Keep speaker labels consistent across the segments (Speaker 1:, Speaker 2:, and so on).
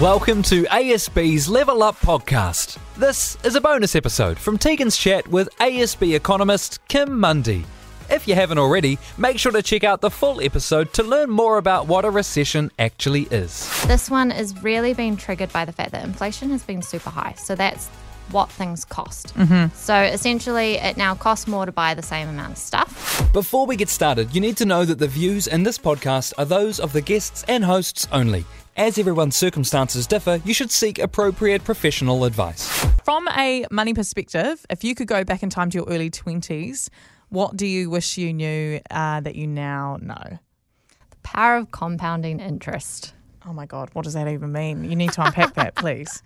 Speaker 1: Welcome to ASB's Level Up podcast. This is a bonus episode from Tegan's chat with ASB economist Kim Mundy. If you haven't already, make sure to check out the full episode to learn more about what a recession actually is.
Speaker 2: This one is really being triggered by the fact that inflation has been super high. So that's what things cost. So essentially, it now costs more to buy the same amount of stuff.
Speaker 1: Before we get started, you need to know that the views in this podcast are those of the guests and hosts only. As everyone's circumstances differ, you should seek appropriate professional advice.
Speaker 3: From a money perspective, if you could go back in time to your early 20s, what do you wish you knew uh, that you now know?
Speaker 2: The power of compounding interest.
Speaker 3: Oh my God, what does that even mean? You need to unpack that, please.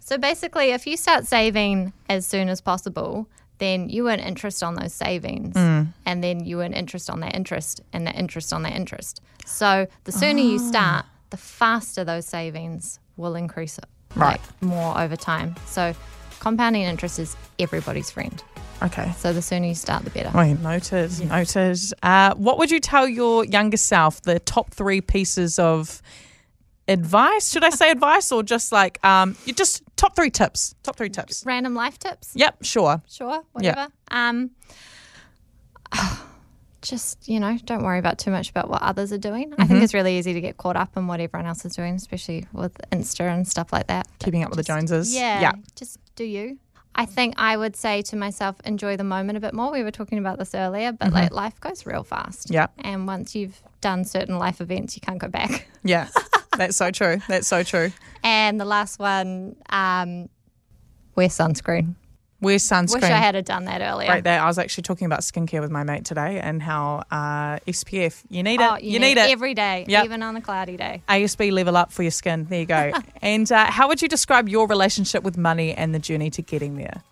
Speaker 2: So basically, if you start saving as soon as possible, then you earn interest on those savings, and then you earn interest on that interest, and that interest on that interest. So the sooner you start, the faster those savings will increase,
Speaker 3: Right.
Speaker 2: like, more over time. So compounding interest is everybody's friend.
Speaker 3: Okay.
Speaker 2: So the sooner you start, the better.
Speaker 3: Wait, noted, noted. Uh, what would you tell your younger self the top three pieces of advice? Should I say advice or just like, um, you just top three tips? Top three tips.
Speaker 2: Random life tips.
Speaker 3: Yep, sure.
Speaker 2: sure,
Speaker 3: Yeah.
Speaker 2: whatever. Um, just you know, don't worry about too much about what others are doing. I
Speaker 3: Mm-hmm.
Speaker 2: think it's really easy to get caught up in what everyone else is doing, especially with Insta and stuff like that. But
Speaker 3: Keeping up with the
Speaker 2: just-
Speaker 3: Joneses.
Speaker 2: Yeah,
Speaker 3: Yeah.
Speaker 2: Just do you. I think I would say to myself, enjoy the moment a bit more. We were talking about this earlier, but like life goes real fast.
Speaker 3: Mm-hmm. Yeah.
Speaker 2: And once you've done certain life events, you can't go back.
Speaker 3: Yeah. That's so true. That's so true.
Speaker 2: And the last one, um, wear sunscreen.
Speaker 3: Wear sunscreen.
Speaker 2: Wish I had have done that earlier.
Speaker 3: Right there, I was actually talking about skincare with my mate today and how uh, SPF, you need it.
Speaker 2: Oh,
Speaker 3: you, need, it.
Speaker 2: every day,
Speaker 3: Yep.
Speaker 2: even on a cloudy day.
Speaker 3: ASB level up for your skin. There you go. and uh, how would you describe your relationship with money and the journey to getting there?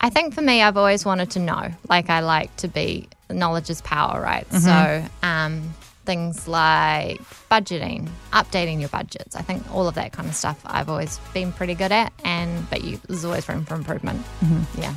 Speaker 2: I think for me, I've always wanted to know. Like, I like to be knowledge is power, right?
Speaker 3: Mm-hmm.
Speaker 2: So, um, things like budgeting, updating your budgets. I think all of
Speaker 3: Mm-hmm.
Speaker 2: that kind of stuff I've always been pretty good at, and but you, there's always room for improvement. Yeah.